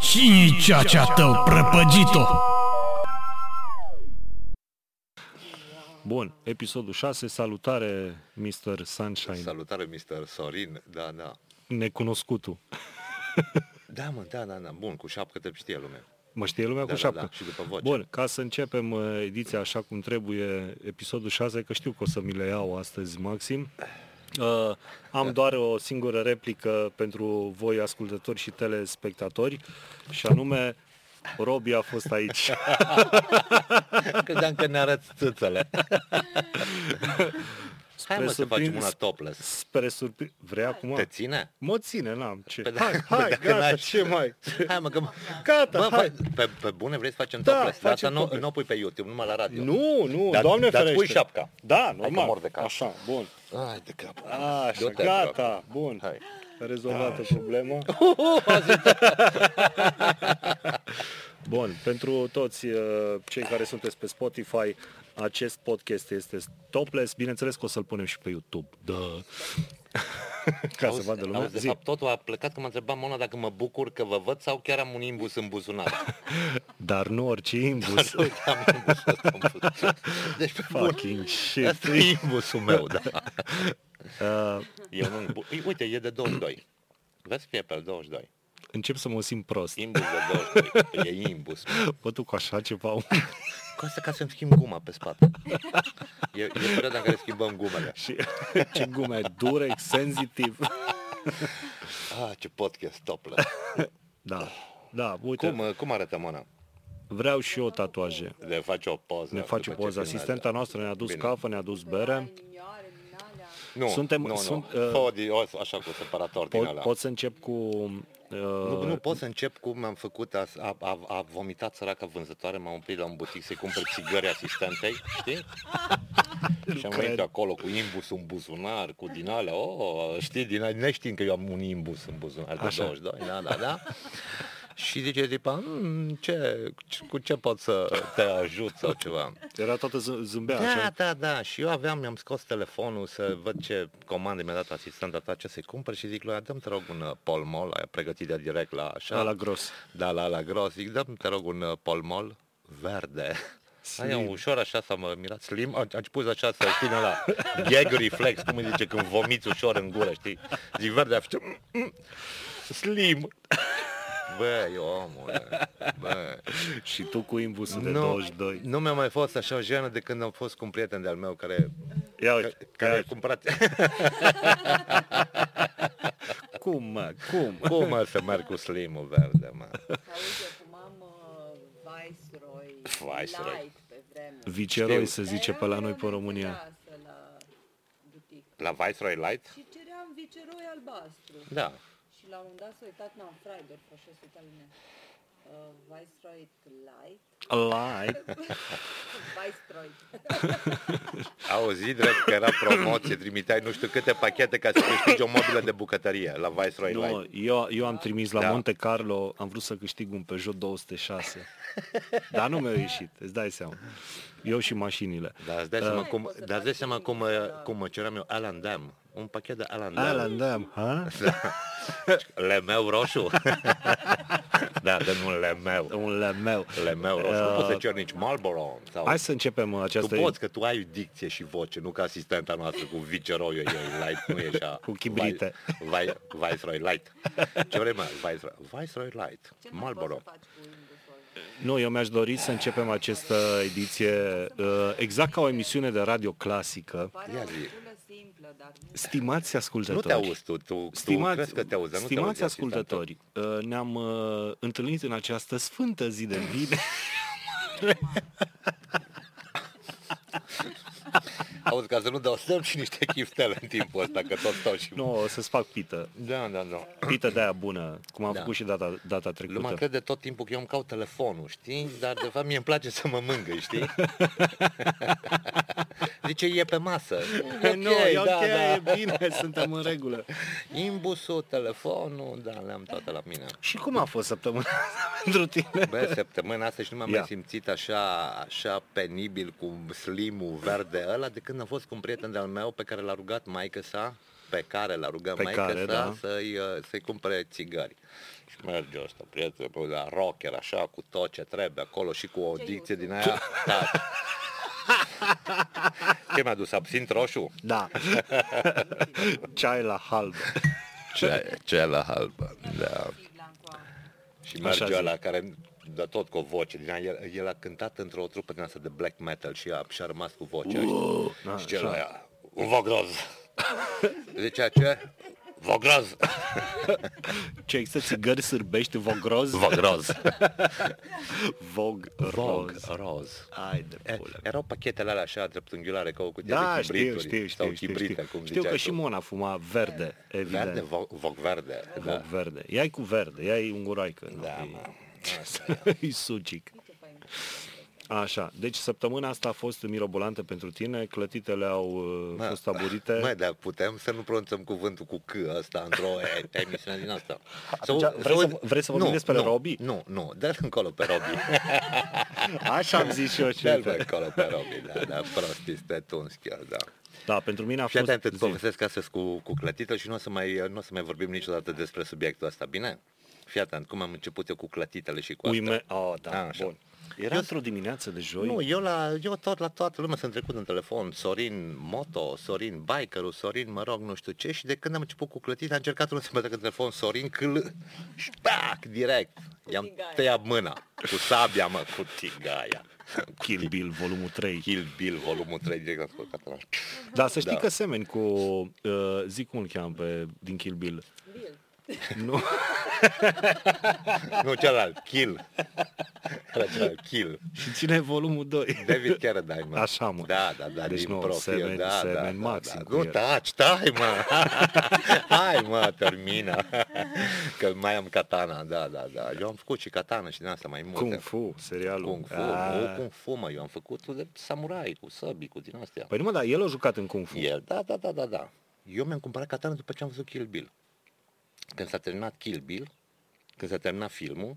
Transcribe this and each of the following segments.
Cine-i ceacea tău prăpăgit-o? Bun, episodul 6, salutare Mr. Sunshine, Salutare, Mr. Sorin, da, da. necunoscutul. Da, mă, da, da, da, bun, cu șapcă te știe lumea. Mă știe lumea cu Da, da, șapte. da, și după voce. Bun, ca să începem uh, ediția așa cum trebuie, episodul 6, că știu că o să mi le iau astăzi maxim. Uh, Da. am doar o singură replică pentru voi ascultători și telespectatori și anume Robi a fost aici. Credeam că ne arăți țâțele. Hai mă să surprins- facem una topless. Spre surpri... Vrei acum? Te ține? Mă ține, n-am ce. Păi da, Hai, păi hai, dacă gata, n-ai- ce mai? Hai mă, că... Gata, Bă, hai. fa- pe, pe bune vrei să facem Da, topless, dar asta facem nu, topless. nu o pui pe YouTube, numai la radio. Nu, nu, Dar- doamne dar ferește. pui șapca. Da, că mor normal. de cal. Așa, bun. Ai de capul. Așa, Du-te, gata, bun. Hai. Rezolvată problema. Uh, Bun, pentru toți uh, cei care sunteți pe Spotify, acest podcast este topless. Bineînțeles că o să-l punem și pe YouTube. Da. Ca să Auzi, vadă lumea. auzi, de Zi. fapt totul a plecat că m-a întrebat Mona dacă mă bucur că vă văd sau chiar am un imbus în buzunar. Dar nu orice imbus. Uite, am imbusul ăsta în buzunar. Deci pe bun. Fucking shit. Asta e imbusul meu, da. Uh, Eu nu bu- Uite, e de 22. Vezi că e pe 22. încep să mă simt prost. Imbus de 22. E imbus. Bă, tu cu așa ceva... Cu asta ca să-mi schimb guma pe spate. E, e perioada în care schimbăm gumele. Și ce gume dure, sensitiv. Ah, ce podcast topless. Da, da, uite, Cum? Cum, cum arată Mona? vreau și eu tatuaje. Le face o poză. Ne face Da, după ce poză. filmează. Asistenta noastră ne-a dus Bine. cafă, ne-a dus bere. Păi Nu, Suntem- nu, nu. sunt, uh, Fă o di- o- așa cu separator din Pot, ăla. pot să încep cu... Uh, Nu, nu, pot să încep cum am făcut, a, a, a, a vomitat săraca vânzătoare, m-am oprit la un butic să-i cumpăr țigări asistentei, știi? și am venit cred. acolo cu imbus în buzunar, cu din alea, oh, știi, din alea, neștiind că eu am un imbus în buzunar de Așa. 22, da, da, da. Și zice tipa, "Mm, ce, ce- cu ce pot să te ajut sau ceva? Era toată z- zâmbea Da, așa. da, da. Și eu aveam, mi-am scos telefonul să văd ce comandă mi-a dat asistenta ta, ce să-i cumpăr și zic lui, ea, dă-mi, te rog, un uh, polmol, aia pregătit de direct la așa. Da, la gros. Da, la, la gros. Zic, dă-mi, te rog, un uh, polmol verde. Slim. Aia ușor așa s-a mă mirat slim, a, a început așa să da. țină la gag reflex, cum îi zice, când vomiți ușor în gură, știi? Zic verde, a făcut, "Mm, mm, slim. Băi, omule, băi. Și tu cu imbusul de 22. Nu mi-a mai fost așa o jenă de când am fost cu un prieten de-al meu care, Ia ca- uite, ia care a uite. cumpărat... Cum, mă, cum? Cum mă să merg cu slimul verde, mă? Auzi, eu fumam uh, Viceroy, Viceroy. Light pe vremuri. Viceroi Știu. se Dar zice eram pe la noi eu pe România. acasă La butic. La Viceroy Light? Și ceream Viceroy albastru. Da. Și la un moment dat s-a uitat, n-am Friday, proșesc italian. Uh, Viceroy Light, Like. Viceroy. Auzi, drept că era promoție, trimiteai nu știu câte pachete ca să câștigi o mobilă de bucătărie la Viceroy Nu, Light. eu, eu am trimis la Păi Da. Monte Carlo, am vrut să câștig un Peugeot 206. Dar nu mi-a ieșit, îți dai seama. Eu și mașinile. Dar îți dai seama Da. cum, dar îți dai seama cum, uh, cum mă ceream eu Alan Dam. Un pachet de Alan Dam. Alan, da, ha? Lemeu roșu. da, de nu lemeu. Un lemeu. Lemeu roșu. Nu poți să Uh, cer nici Marlboro. Sau... Hai să începem uh, Tu această... poți, că tu ai dicție și voce, nu ca asistenta noastră cu viceroiul ei light, nu e așa. Cu chibrite. Vai, vai, Viceroy light. Ce vrei, mă? Viceroy, Viceroy light. Ce mai Marlboro. poți să faci cu imbusul ăla? Nu, eu mi-aș dori să începem această ediție uh, exact ca o emisiune de radio clasică. Pare Ia o zi. regulă simplă, dar nu. Stimați Nu ascultători. te auzi tu, tu, tu crezi că te auzi, dar nu te stimați auzi, ascultători, uh, ne-am uh, întâlnit în această sfântă zi de bine. asistent. Auzi, ca să nu dau semn și niște chiftele în timpul ăsta, că tot stau și... nu, o să-ți fac pită. Da, da, da. Pită de aia bună, cum am Da. făcut și data, data trecută. Lumea crede tot timpul că eu îmi caut telefonul, știi? Dar de fapt mie îmi place să mă mângâi, știi? Zice, e pe masă. E, nu, e ok, da, da. e bine, suntem în regulă. Imbusul, telefonul, da, le-am toate la mine. Și cum a fost săptămâna asta pentru tine? Bă, săptămâna asta și nu m-am Ia. mai simțit așa, așa penibil cu slimul verde ăla de când am fost cu un prieten de-al meu pe care l-a rugat maică sa pe care l-a rugat Pe mai care, să, da. să-i, uh, să-i cumpere țigări. Și merge ăsta, prietenul, la rocker, așa, cu tot ce trebuie acolo și cu o Ce dicție eu din aia. Da. ce mi-a dus? Absint roșu? Da. Ceai la halbă. Ce, ce la halbă, da. Sigla în coa. Și Așa merge zic. ăla care dă tot cu o voce din ea. El, el a cântat într-o trupă din asta de black metal și a, și-a rămas cu vocea. Uh, Ah, și cel aia, un vogroz. Zicea ce? Vogroz. Ce există țigări sârbești, vogroz? Vogroz. Vog, Vog, Eh, roz. roz. Ai de E, pula. erau pachetele alea așa dreptunghiulare ca o cutie Da, de știu, chibrituri știu, sau știu, știu, chibrite, știu. cum știu că ziceai și tu. Mona fuma verde, evident. Verde, voc, voc verde. Voc Da. verde. Ia-i cu verde, ia-i unguroaică. nu? Da, E- mă. E sucic. Ce fain. Așa, deci săptămâna asta a fost mirobolantă pentru tine, clătitele au uh, Mă, fost aburite. Mă, dar putem să nu pronunțăm cuvântul cu C ăsta într-o e- emisiune din asta. Atunci, vrei să- vrei să vorbim nu, despre nu, Robi? Nu, nu, dă-l încolo pe Robi. Așa am zis și eu. și dă-l uite. pe încolo pe Robi, da, da, prost, este tuns chiar, da. Da, pentru mine a Și fost... atent, îți zi. povestesc astăzi cu, cu clătită și nu o să mai, nu o să mai vorbim niciodată despre subiectul ăsta, bine? Fii atent, cum am început eu cu clătitele și cu asta. Uime... Oh, da, A, așa. bun. Era într-o dimineață de joi. Nu, eu, la, eu tot la toată lumea sunt trecut în telefon, Sorin Moto, Sorin Bikerul, Sorin mă rog nu știu ce și de când am început cu clătit am încercat unul să mă trec în telefon, Sorin câl și pac, direct, i-am tigaia. tăiat mâna cu sabia mă, cu tigaia. Kill Bill, volumul 3. Kill Bill, volumul 3, direct am scos acolo. Dar să știi Da. că semeni cu... Uh, zic cum îl cheamă pe, din Kill Bill. Bill. Nu, Nu, celălalt, Kill. Era celălalt, Kill. și ține volumul 2. David Carradine, mă. Așa, mă. Da, da, da, Deci din nu, profil, semen- da, semen da, da, maxim cu da. Nu, el. taci, tai, mă. Hai, mă, termină. Că mai am katana, da, da, da. Eu am făcut și katana și din asta mai multe. Kung Fu, serialul. Kung Fu, Ah. nu, Kung Fu, mă, eu am făcut de samurai, cu săbii, cu din astea. Păi nu mă, dar el a jucat în Kung Fu. El, da, da, da, da, da. Eu mi-am cumpărat katana după ce am văzut Kill Bill. Când s-a terminat Kill Bill, când s-a terminat filmul,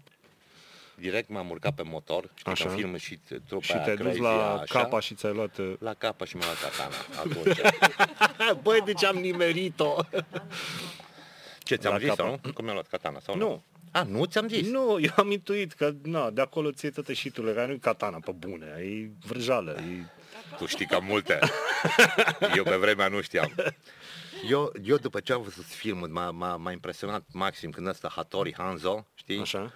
direct m-am urcat pe motor, știi Așa. că în film și trupa Și aia te-ai dus crazy, la așa, capa și ți-ai luat... uh, la capa și mi-a luat katana atunci. Băi, deci am nimerit-o. Ce, ți-am La zis capa. sau nu? Cum mi-a luat katana sau nu? Nu. A, nu ți-am zis? Nu, eu am intuit că, na, de acolo ție tătă și tu, care nu-i katana pe bune, e vrăjală, e... Tu știi cam multe. Eu pe vremea nu știam. Eu, eu după ce am văzut filmul, m-a, m-a, m-a impresionat maxim când ăsta Hattori Hanzo, știi? Așa.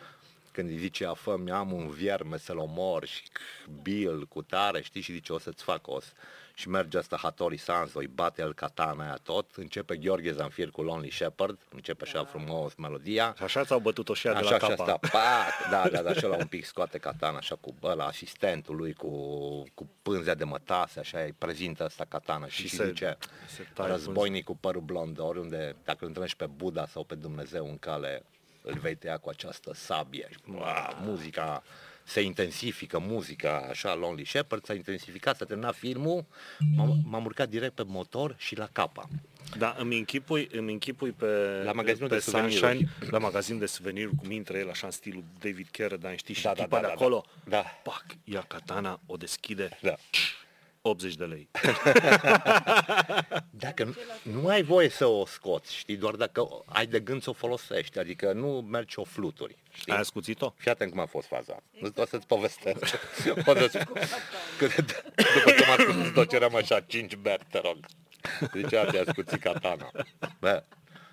Când îi zice afăm, am un vierme să-l omor și c- Bill cu tare, știi? Și zice o să-ți fac os. Și merge asta Hattori Sanzo, îi bate el katana aia tot, începe Gheorghe Zanfir cu Lonely Shepherd, începe așa frumos melodia. Și așa ți-au bătut-o și ea de așa la și capa. asta, pac, da, da, da, și ăla un pic scoate katana așa cu ăla, asistentul lui cu, cu pânzea de mătase, așa îi prezintă asta katana și, Și și, se- se, zice se taie războinic cu părul blond, oriunde, dacă îl întâlnești pe Buddha sau pe Dumnezeu în cale, îl vei tăia cu această sabie. Și, bă, muzica se intensifică muzica, așa, Lonely Shepherd s-a intensificat, s-a terminat filmul, m-am, m-am urcat direct pe motor și la capa. Da, îmi închipui, îmi închipui pe, La magazinul pe de suveniruri. Sunshine, la magazin de suveniruri cu mintre el, așa în stilul David Carradine, știi, și da, tipa da, da, de acolo, da. pac, ia katana, o deschide, Da. 80 de lei. Păi. Dacă nu, nu ai voie să o scoți, știi, doar dacă o- ai de gând să o folosești, adică nu mergi și o fluturi, știi? Ai ascuțit-o? Fii atent cum a fost faza. Nu o să-ți povestesc. O să-ți... Că de- După ce m-a spus tot ce eram așa, 5 beri, te rog. Deci aia te-a scuțit katana. Bă,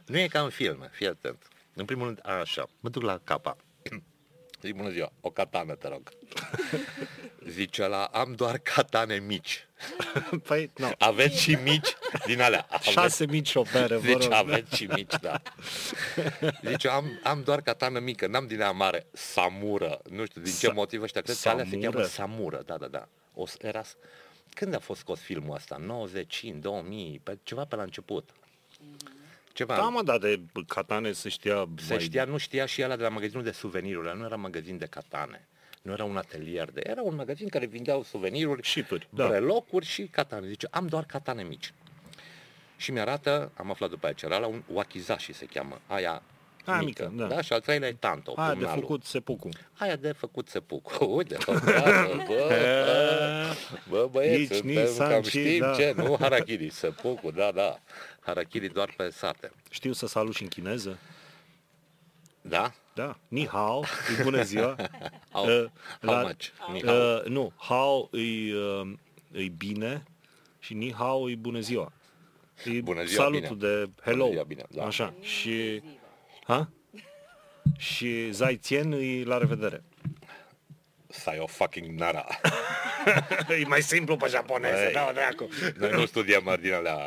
nu e ca în filme, fii atent. În primul rând, așa, mă duc la capa. Zic, bună ziua, o katană, te rog. Zice la am doar katane mici. Păi, nu, Aveți și mici din alea. Aveți- șase mici o bere, vă deci rog. aveți și mici, da. Deci eu am, am doar katană mică, n-am din aia mare. Samură. Nu știu din ce Sa- motiv ăștia. Cred că alea se Samură? cheamă Samură. Da, da, da. O, s- era, s- când a fost scos filmul ăsta? 95, 2000, pe, ceva pe la început. Ceva. Da, mă, dar de katane se știa... se știa, nu știa și ăla de la magazinul de suveniruri. Ăla nu era magazin de catane. Nu era un atelier de... Era un magazin care vindeau suveniruri Șituri, da. da. brelocuri și katane. Zice, am doar katane mici. Și mi arată, am aflat după aceea, la un wakizashi se cheamă, aia Aia mică, da. da. Și al treilea e tanto, Aia de pumnalul. făcut sepucu. Aia de făcut se pucă. Uite, bă, bă, bă, bă băieți, Nici ni suntem cam sanci, știm da. ce, nu? Harakiri, se pucă, da, da. Harakiri doar pe sate. Știu să salut și în chineză. Da? Da. Ni hao, e bună ziua. How, Uh, how much? Ni hao. Uh, nu, hao e, uh, e bine și ni hao e bună ziua. E Bună ziua, salutul bine. de hello. Bună ziua, bine, da. Așa. Și ha? Și zai tien e la revedere. Sai o fucking nara. e mai simplu pe japoneză, Băi. da, dracu. Păi, Noi nu studiem ordinea la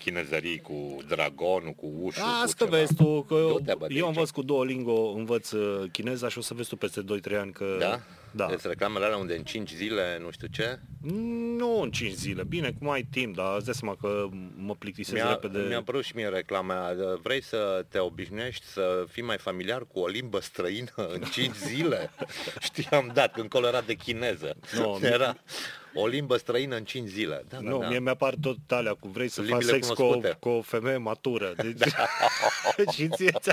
chinezării cu dragonul, cu ușul, Asta cu ceva. vezi tu, că eu, Du-te, bă, da. de eu aici. învăț cu Duolingo, învăț uh, chineza și o să vezi tu peste 2-3 ani că... Da? Da. Deci reclamele alea unde în 5 zile, nu știu ce, Nu în 5 zile, bine, cum ai timp, dar îți dai seama că mă plictisesc mi-a, repede. mi-a apărut și mie reclama aia. Vrei să te obișnuiești să fii mai familiar cu o limbă străină în 5 zile? Știi, am dat, când colo era de chineză. Nu, No, era o limbă străină în 5 zile. Da, da, Nu, da. mie mi-apar tot alea cu vrei să faci Limbile sex cu o, cunoscute. cu o femeie matură. Deci, și ție ți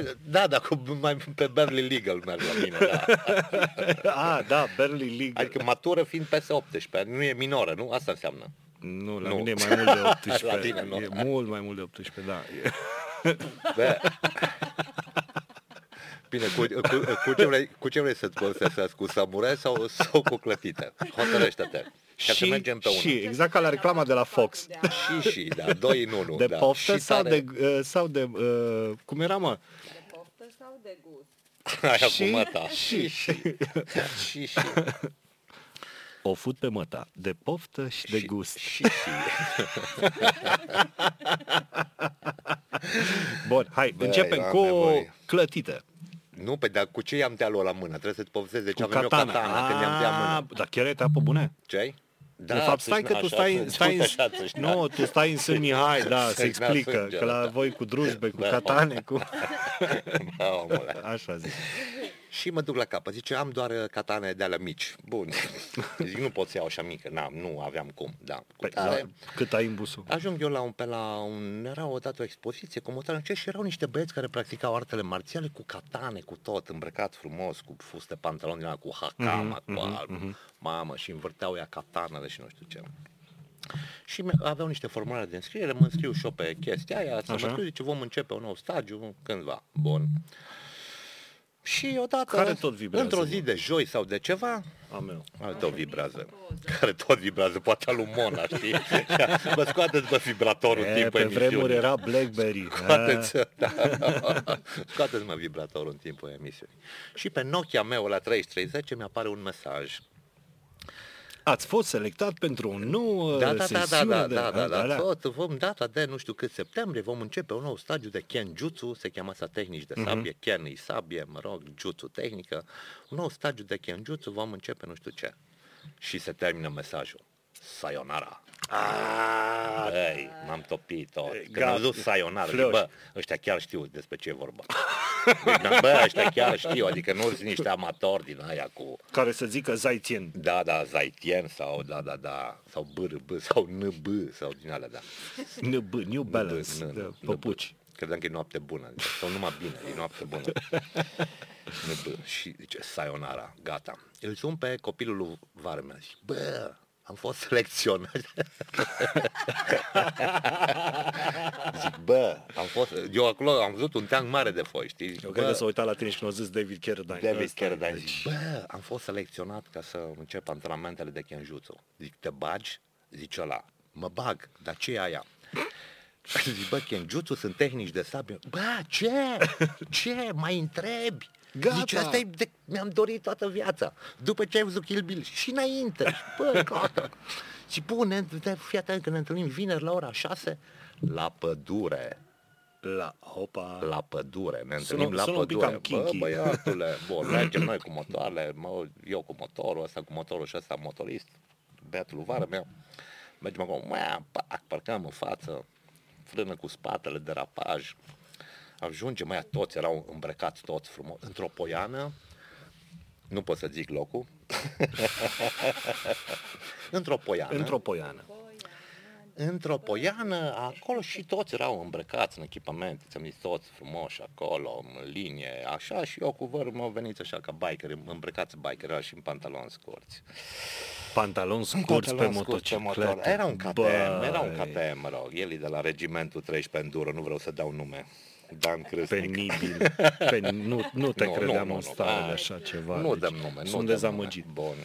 da, da, cu, mai pe Berlin Legal merg la mine, da. A, da, Berlin League. Adică matură fiind peste 18, nu e minoră, nu? Asta înseamnă. Nu, la Nu. mine e mai mult de 18. La tine, nu. E mult mai mult de 18, da. E- Bă. Bine, cu, cu, cu, ce vrei, cu ce vrei să-ți povestesc? Cu samurai sau, sau cu clătite? Hotărăște-te. Ca să mergem pe una. și, exact ca la reclama de la Fox. Exact și, și da, doi în unul. De da. poftă și sau tare. de, uh, sau de uh, cum era, mă? De poftă sau de gust? Aia și- cu măta. și- da. Și, și. și, și. O fut pe măta. De poftă și de gust. Și, și. Bun, hai, Băi, începem doamne, cu băi. clătite. Nu, pe dar cu ce i-am tăiat lui la mână? Trebuie să-ți povestesc de ce Cu avem katana. Ah, eu katana, că mi-am tăiat mână. Dar chiar ai tăiat pe bune? Ce ai? Da, de fapt, țâșna, stai că tu așa, stai, țâșna, stai, în, așa, țâșna. nu, tu stai în Sân Mihai, da, se Țâșna explică, sângele, că la da. voi cu drujbe, cu Da. catane, cu... Da, omule. Așa zic. Și mă duc la capăt. Zice, am doar uh, catane de alea mici. Bun. Zic, nu pot să iau așa mică. N-am, nu aveam cum. Da. Cu Păi, da, tare. cât ai în busul? Ajung eu la un, pe la un, era odată o expoziție, cum o ce și erau niște băieți care practicau artele marțiale cu catane, cu tot, îmbrăcat frumos, cu fuste pantaloni din alea, cu hakama, Mhm, mm-hmm, cu alb, mm-hmm. mamă, și învârteau ea catanele și nu știu ce. Și mi- aveau niște formulare de înscriere, mă înscriu și eu pe chestia aia, să mă Așa. scriu, zice, vom începe un nou stagiu cândva. Bun. Și odată, Care tot vibrează, într-o zi mă? de joi sau de ceva, A meu. al tău vibrează. Care tot vibrează, poate al lui Mona, știi? Vă scoateți bă vibratorul E, în timpul pe vremuri emisiunii. era Blackberry. Scoateți, da. scoateți mă vibratorul în timpul emisiunii. Și pe Nokia meu la 3310 mi-apare un mesaj. Ați fost selectat pentru o nouă Da, da, da, da, sesiune da, de... da, da, da, da. tot vom data de nu știu cât septembrie, vom începe un nou stagiu de Kenjutsu, se cheamă asta tehnici de Mhm. sabie, Ken e sabie, mă rog, Jutsu tehnică, un nou stagiu de Kenjutsu, vom începe nu știu ce. Și se termină mesajul. Sayonara. Ah! Băi, m-am topit tot. Când gata. am zis sayonara, zic, Flori. bă, ăștia chiar știu despre ce e vorba. Deci, da, bă, ăștia chiar știu, adică nu sunt niște amatori din aia cu... Care să zică Zaitien. Da, da, Zaitien sau da, da, da, sau BRB sau NB sau din alea, da. NB, New Balance, NB, de NB. păpuci. Credeam că e noapte bună, zice, sau numai bine, e noapte bună. NB. Și zice, sayonara, gata. Îl sun pe copilul lui Varmea și, bă, am fost selecționat. Zic, bă, am fost, eu acolo am văzut un teanc mare de foi, știi? Zic, Eu cred că bă, s-a uitat la tine și când a zis David Carradine. David Ăsta e. Carradine zice, bă, am fost selecționat ca să încep antrenamentele de Kenjutsu. Zic, te bagi? Zice ăla, mă bag, dar ce e aia? Zic, bă, Kenjutsu sunt tehnici de sabie. Bă, ce? Ce? Mai întrebi? Gata. Zice, asta e de... mi-am dorit toată viața. După ce ai văzut Kill Bill și înainte. Și, bă, gata. Și bune, fii atent că ne întâlnim vineri la ora 6 la pădure La, opa. la pădure, ne Sună- întâlnim la sună un pic pădure. cam kinky. Bă, băiatule, bun, mergem noi cu motoarele, mă, eu cu motorul, ăsta cu motorul și ăsta motorist, băiatul lui vară meu. Mergem acolo, mă, pac, parcăm în față, frână cu spatele, derapaj. Ajungem, mai toți erau îmbrăcați toți frumos, într-o poiană, nu pot să zic locul, într-o poiană, Într-o poiană. într-o poiană, acolo și toți erau îmbrăcați în echipament, ți-am zis, toți frumoși acolo, în linie, așa, și eu cu vărul meu veniți așa ca biker, îmbrăcați biker, și în pantaloni scurți. Pantaloni scurți pe Pantaloni scurți motocicletă. Era un KTM, Băi, era un KTM, mă rog, el e de la regimentul 13 Enduro, nu vreau să dau nume. Dan Crâsnic. Penibil. Pe, nu, nu te Nu, credeam nu, în nu, stare nu. de așa ceva. Nu deci dăm nume. Sunt nu dezamăgit. Dăm nume. Bun.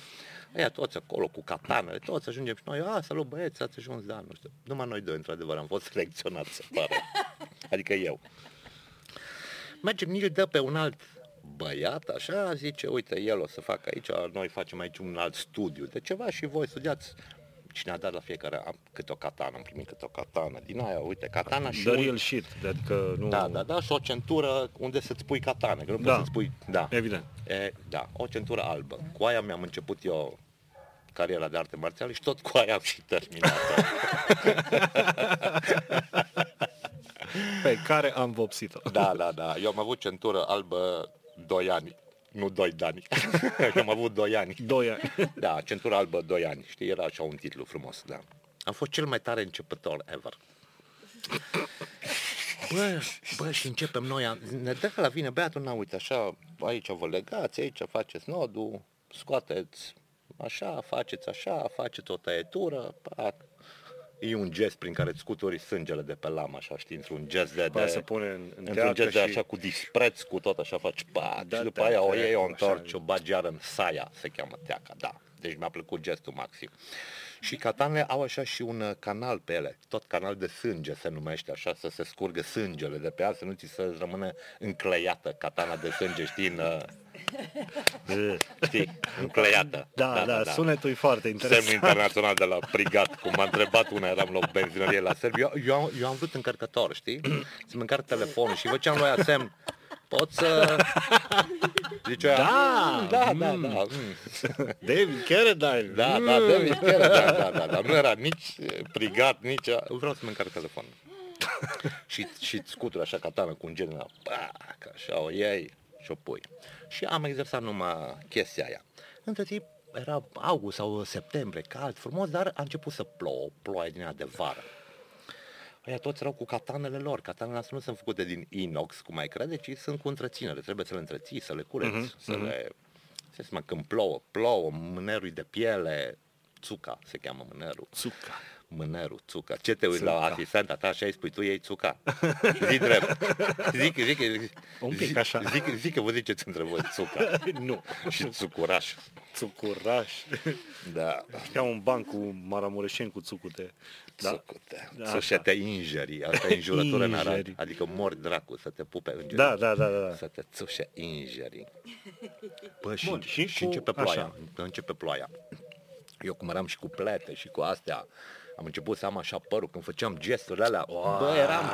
Ea toți acolo cu katanele, toți ajungem și noi, a, salut băieți, ați ajuns, da, nu știu. Numai noi doi, într-adevăr, am fost selecționați, se pare. Adică eu. Mergem, ni dă pe un alt băiat, așa, zice, uite, el o să facă aici, noi facem aici un alt studiu de ceva și voi studiați Cine a dat la fiecare, am câte o katană, am primit câte o katană din aia, uite, katana și The un- real shit, adică nu... da, da, da, și o centură unde să-ți pui katane, că nu Da. poți să-ți pui... Da. Evident. E, da, o centură albă. Cu aia mi-am început eu cariera de arte marțiale și tot cu aia am și terminat Pe care am vopsit-o. Da, da, da. Eu am avut centură albă 2 ani, nu 2 dani. Eu am avut 2 ani. Doi ani. Da, centura albă 2 ani. Știi, era așa un titlu frumos, da. Am fost cel mai tare începător ever. Bă, bă, și începem noi, am- ne dă la vine băiatul, na, uite, așa, aici vă legați, aici faceți nodul, scoateți așa, faceți așa, faceți o tăietură, pac. E un gest prin care îți scuturi sângele de pe lamă, așa, știi, într-un gest de... Aia de se pune în- în într-un teacă gest de și- așa cu dispreț, cu tot așa faci, pac, Da, și după teacă, aia o iei, o așa, întorci, o bagi iar în saia, se cheamă teaca, da. Deci mi-a plăcut gestul maxim. Și catanele au așa și un uh, canal pe ele, tot canal de sânge se numește așa, să se scurgă sângele de pe ea, să nu ți se rămâne încleiată catana de sânge, știi, în, uh, știi, încleiată. Da, da, da, sunetul e foarte Semnul interesant. internațional de la Prigat, cum m-a întrebat una, eram la o benzinărie la Serbiu. Eu, eu, am- eu am vrut încărcător, știi? Să-mi încarc telefonul și făceam lui aia semn. Pot să... Zice aia, Da, "Mm, da, da, da, mm." David Carradine. da, da, David chiar, da, da, da, da, nu era nici eh, prigat, nici... Vreau să-mi încarc telefonul. și, și îți scutură așa katana cu un gen din ăla, pac, așa o iei și o pui. Și am exersat numai chestia aia. Între timp, era august sau septembrie, cald, frumos, dar a început să plouă, ploaie din ea de vară. Păi Aia toți erau cu catanele lor. Catanele astea nu sunt făcute din inox, cum ai crede, ci sunt cu întreținere. Trebuie să le întreții, să le cureți, Mhm, uh-huh, să uh-huh. le... Se seama, când plouă, plouă, mânerul e de piele, țuca se cheamă mânerul. Țuca. Mânerul, țuca. Ce te uiți la Țuca. asistenta ta așa îi spui, tu ei țuca. Zi drept. Zic, zic, zic, Un pic zic, așa. Zic, zic că vă ziceți între voi țuca Nu. și țucuraș. Țucuraș. Da. Ia un banc cu maramureșeni cu țucute. Da. Da. Țucute. Da, Da, să așa. te injeri, asta e înjurătură în Arad. Injeri. Adică mor dracu să te pupe îngerii. Da, da, da, da. Să te țușe ingerii. Bă, Bun, și și cu- începe ploaia. așa. Așa. Începe ploaia. Eu cum eram și cu plete și cu astea, am început să am așa părul când făceam gesturile alea. Bă, eram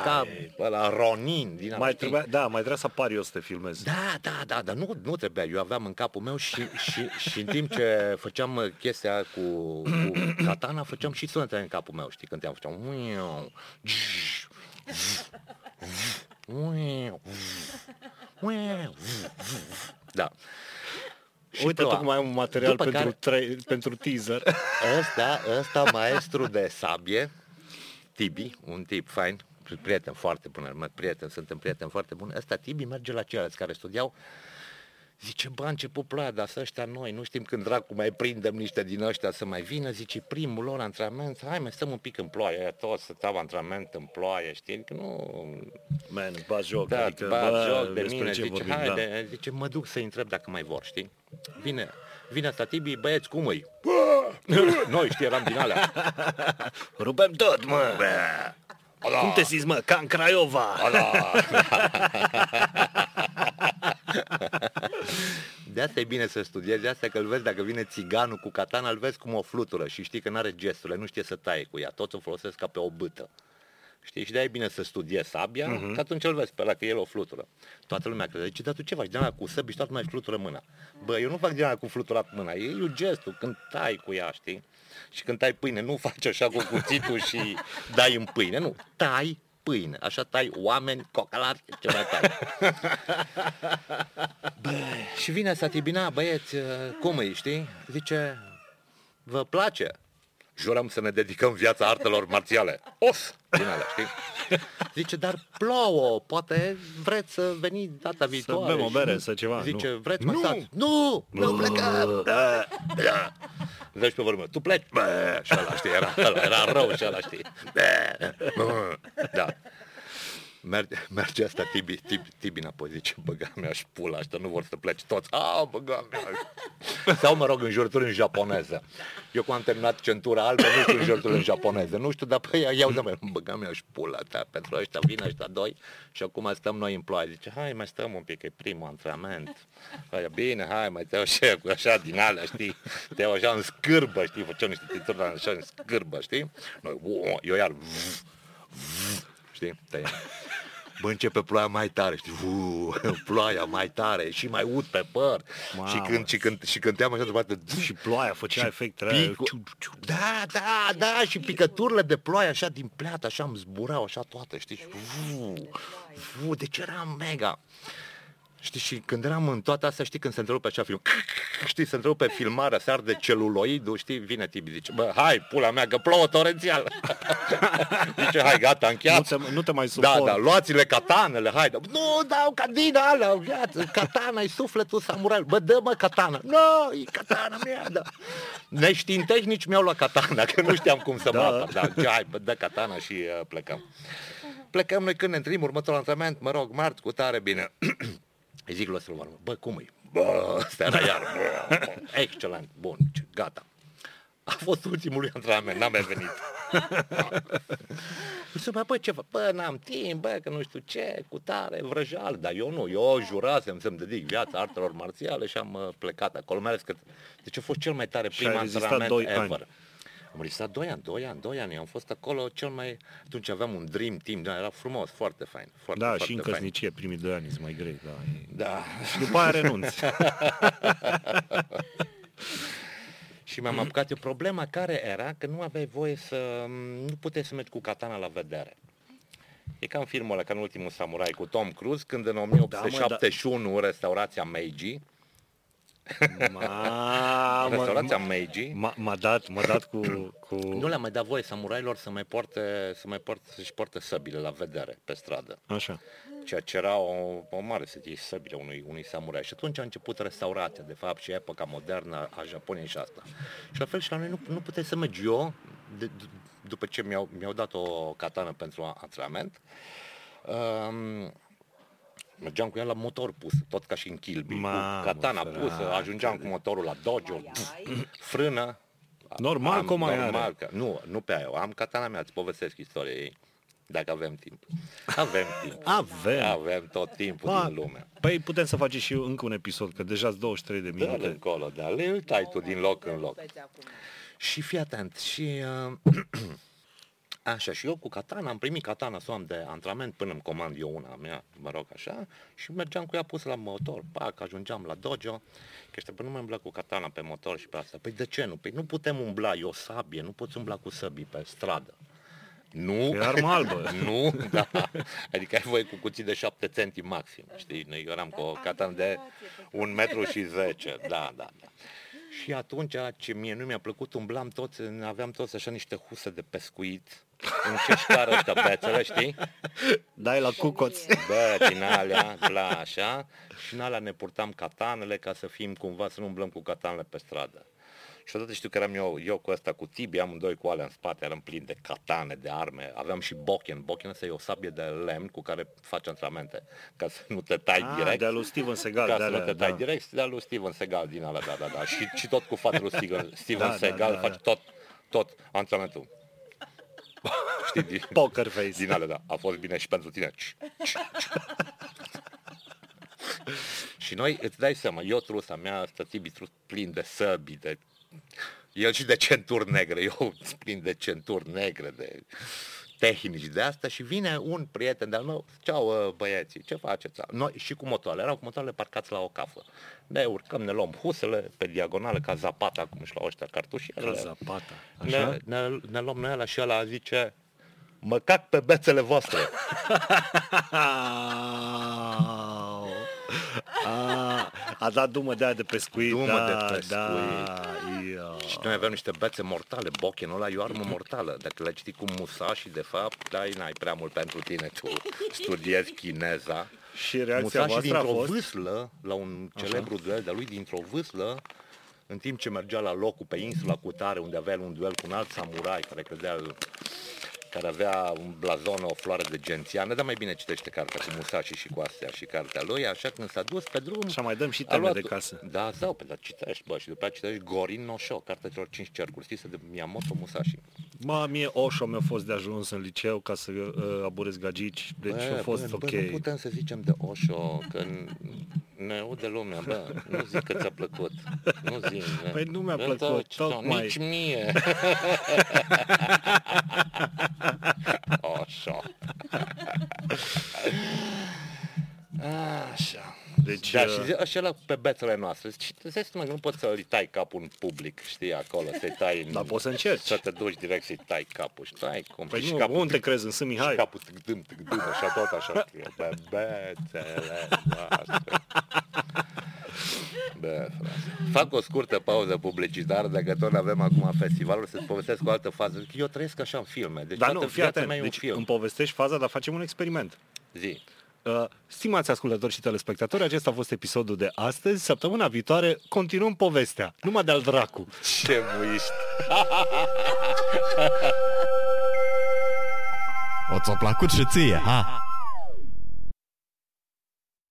ca la Ronin din ăla, Mai știi? trebuia, da, mai trebuia să apar eu să te filmez. Da, da, da, dar nu, nu trebuia. Eu aveam în capul meu și, și, și în timp ce făceam uh, chestia aia cu, cu katana, făceam și sunetele în capul meu, știi, când te-am făceam. uiau, zh, zh, zh, uiau, zh, uiau, zh, zh. Da. Și Uite, ploua. tocmai am un material După pentru, care- tre- pentru teaser. Ăsta, ăsta maestru de sabie, Tibi, un tip fain, prieten foarte bun, mă, prieten, suntem prieteni foarte buni. Ăsta Tibi merge la ceilalți care studiau Zice, bă, a început ploaia, dar să ăștia noi, nu știm când dracu mai prindem niște din ăștia să mai vină, zice, primul lor antrenament, hai mai stăm un pic în ploaie, aia toți stăteau antrenament în ploaie, știi, că nu, Man, îți bat joc. da, adică, adică, bă, joc de despre mine, ce zice, vorbim, hai, da. de, zice, mă duc să-i întreb dacă mai vor, știi? Vine, vine asta Tibi, băieți, cum îi? Noi, știi, eram din alea. Rupem tot, mă! Cum te simți, mă? Ca în Craiova! De asta e bine să studiezi, de asta că îl vezi, dacă vine țiganul cu katana, îl vezi cum o flutură și știi că nu are gesturile, nu știe să taie cu ea, toți o folosesc ca pe o bâtă. Știi, și de-aia e bine să studiezi sabia, uh-huh. că atunci îl vezi pe la că el o flutură. Toată lumea crede, zice, dar tu ce faci din ala cu săbi și toată lumea își flutură mâna. Bă, eu nu fac din ala cu fluturat mâna, e un gestul, când tai cu ea, știi? Și când tai pâine, nu faci așa cu cuțitul și dai în pâine, nu, tai pâine, așa tai oameni, cocalari, ce mai tai. Bă, și vine Satibina, băieți, cum îi, știi? Zice, vă place? jurăm să ne dedicăm viața artelor marțiale. Of! Din alea, știi? Zice, dar plouă, poate vreți să veniți data viitoare. bem o și bere nu. sau ceva, Zice, nu. vreți nu. Stați? Nu! Nu plecăm! Da, da. Deci pe vorbă, tu pleci, bă, și ăla, știi, era, ăla, era rău și ăla, știi. Bă, bă, da. Merge, merge asta Tibi, Tibi, Tibi înapoi, zice, băga mea și pula asta, nu vor să pleci toți. A, băga mea. Sau, mă rog, în jurături în japoneză. Eu cum am terminat centura albă, nu știu în jurături în japoneză. Nu știu, dar păi, iau de băga mea și pula ta, pentru ăștia vin ăștia doi și acum stăm noi în ploaie. Zice, hai, mai stăm un pic, că e primul antrenament. Hai, bine, hai, mai te iau și eu cu așa din alea, știi? Te iau așa în scârbă, știi? Făceam niște titluri dar așa în scârbă, știi? Noi, uo, eu iar, vf, vf, știi? Tăia. Bă, începe ploaia mai tare, știi? Uu, ploaia mai tare și mai ud pe păr. Mamă. și când, și când, și cânteam așa de parte, Și ploaia făcea efect. era- Picu... Da, da, da, și picăturile de ploaie așa din pleată, așa îmi zburau, așa toate, știi? Și vuu, vuu, deci eram mega. Știi, și când eram în toată asta, știi, când se întrerupe așa film, știi, se întrerupe filmarea, se arde celuloidul, știi, vine Tibi, zice, bă, hai, pula mea, că plouă torențial. zice, hai, gata, Nu am încheiat. te, nu te mai Da, suport. da, luați-le catanele, hai. Da. Nu, dau ca din alea, gata, katana e sufletul samurai. Bă, dă-mă katana. Nu, no, e katana mea, da. Neștiind tehnici mi-au luat katana, că nu știam cum să mă Da. apăr. Da, ce, hai, bă, dă katana și uh, plecăm. Plecăm noi când ne întâlnim următorul antrenament, mă rog, marți, cu tare, bine. Îi zic lui Silvan, bă, cum e? Bă, ăsta era iar, bă, bă, excelent, bun, ce- gata. A fost ultimul lui antrenament, n-am mai venit. Și mai bă, ce fac? Bă, n-am timp, bă, că nu știu ce, cu tare, vrăjal. Dar eu nu, eu jurasem să-mi dedic viața artelor marțiale și am uh, plecat acolo. Mai ales că, deci a fost cel mai tare ai prim rezistat antrenament doi ever. ani. Am rezistat 2 ani, 2 ani, 2 ani. Eu am fost acolo cel mai... Atunci aveam un dream team, da, era frumos, foarte fain. Foarte, Da, foarte și în fain. căsnicie, primii doi ani sunt mai grei, da. Da. Și după aia renunți. Și mi-am apucat eu. Problema care era că nu aveai voie să... mm, Nu puteai să mergi cu katana la vedere. E ca în filmul ăla, ca în ultimul samurai cu Tom Cruise, când în 1871 da, mă, da. restaurația Meiji, Da, Mamă, restaurația Meiji, m-a, m-a dat, m-a dat cu... cu... nu le-a mai dat voie samurailor să mai poarte, să mai poarte, să-și poarte săbile la vedere pe stradă. Așa. ceea ce era o, o mare să iei săbile unui, unui samurai. Și atunci a început restaurația, de fapt, și epoca modernă a Japoniei și asta. Și la fel și la noi nu, nu puteai să mergi eu, de, d- după ce mi-au, mi-au dat o katană pentru a- antrenament, um, mergeam cu ea la motor pus, tot ca și în Kilby, cu Mamă, katana frate. pusă, ajungeam cu motorul la dojo, frână. Normal am, că o mai normal are. că, Nu, nu pe aia, am katana mea, îți povestesc istoria ei, dacă avem timp. Avem timp. Avem. Avem tot timpul Ma- din lume. Păi putem să facem și încă un episod, că deja sunt 23 de Dă-l minute. încolo, da, le îl tai tu din loc în loc. Rupeți acum. Și fii atent, și... Uh, așa, și eu cu katana, am primit katana să o am de antrenament până îmi comand eu una a mea, mă rog așa, și mergeam cu ea pusă la motor, pac, ajungeam la dojo, că ăștia, bă, nu mai umbla cu katana pe motor și pe asta. Păi de ce nu? Păi nu putem umbla, e o sabie, nu poți umbla cu săbii pe stradă. Nu, E armă albă. nu, da. Adică ai voie cu cuțit de 7 centi maxim, știi? Noi eu eram cu o catan de 1 metru și 10, da, da, da. Și atunci, ce mie nu mi-a plăcut, umblam toți, aveam toți așa niște huse de pescuit, în ceșcară ăștia bețele, știi? Dai la cucoț. Bă, din alea, bla, așa. Și în alea ne purtam catanele ca să fim cumva, să nu umblăm cu catanele pe stradă. Și odată știu că eram eu, eu cu ăsta, cu Tibi, amândoi cu alea în spate, eram plin de catane, de arme, aveam și bochen. Bochen asta e o sabie de lemn cu care faci antrenamente, ca să nu te tai Ah, direct. de-a lui Steven Segal. Ca de să nu te alea, dai da. direct, de lui Steven Segal din ala, da, da, da. Și, și tot cu fata lui Steven, Steven Da, da, Segal da, faci da. tot, tot antrenamentul. Știi, din, Poker face. din alea, da. A fost bine și pentru tine. și noi îți dai seama, eu trusa mea, ăsta Tibi trus plin de săbi, de... El și de centuri negre, eu plin de centuri negre, de tehnici de asta și vine un prieten de-al meu, ceau ă, băieții, ce faceți? Noi și cu motoarele, erau cu motoarele parcați la o cafă. Ne urcăm, ne luăm husele pe diagonală ca zapata, cum își la ăștia cartușiere. Ca Zapata. Ne, Așa? ne, ne luăm noi ăla și ăla zice Mă cac pe bețele voastre Au. A, a dat dumă de aia de pescuit. Dumă da, de pescuit. Da, ia. Și noi aveam niște bețe mortale, bochenul ăla e o armă mortală. Dacă le citii cu musashi, de fapt, dai, n-ai prea mult pentru tine, tu studiezi chineza. Și reacția Musashi voastră a dintr-o fost? vâslă, la un celebru duel de-a lui, dintr-o vâslă, în timp ce mergea la locul pe insula Cutare, unde avea el un duel cu un alt samurai care credea care avea un blazon, o floare de gențiană, dar mai bine citește cartea cu Musashi și cu astea și cartea lui, așa când s-a dus pe drum... Așa mai dăm și a teme luat- de casă. Da, sau, pe dar citești, bă, și după aceea citești Gorin no Sho, cartea celor cinci cercuri, scrisă de Miyamoto Musashi. Mă, mie Oșo mi-a fost de ajuns în liceu ca să uh, aburez gagici, deci Bă, a fost bă, ok. Bă, nu putem să zicem de Osho, că n- ne aude lumea, bă, nu zic că ți-a plăcut. Nu zic. bă. Păi nu mi-a Bă, plăcut, taci, taci, tocmai. Nici mie. Osho. Așa. Deci, Da, uh, și zi- așa la pe bețele noastre. Și zici, mă, nu poți să-i tai capul în public, știi, acolo, să-i tai în... Dar poți să încerci. Să te duci direct să-i tai capul și tai cum. Păi și nu, capul unde crezi? În Sâmi Mihai? și capul tâgdâm, tâgdâm, așa tot așa. Bebețele noastre. Bă, frate. Fac o scurtă pauză publicitară, dacă tot avem acum festivalul, să-ți povestesc o altă fază. Zic, Eu trăiesc așa în filme, deci Dar toată nu, fii viața atent, mea e un deci film. îmi povestești faza, dar facem un experiment. Zi. Uh, Stimați ascultători și telespectatori, acesta a fost episodul de astăzi. Săptămâna viitoare continuăm povestea, numai de-al dracu. Ce muiști! O ți-a plăcut și ție, ha?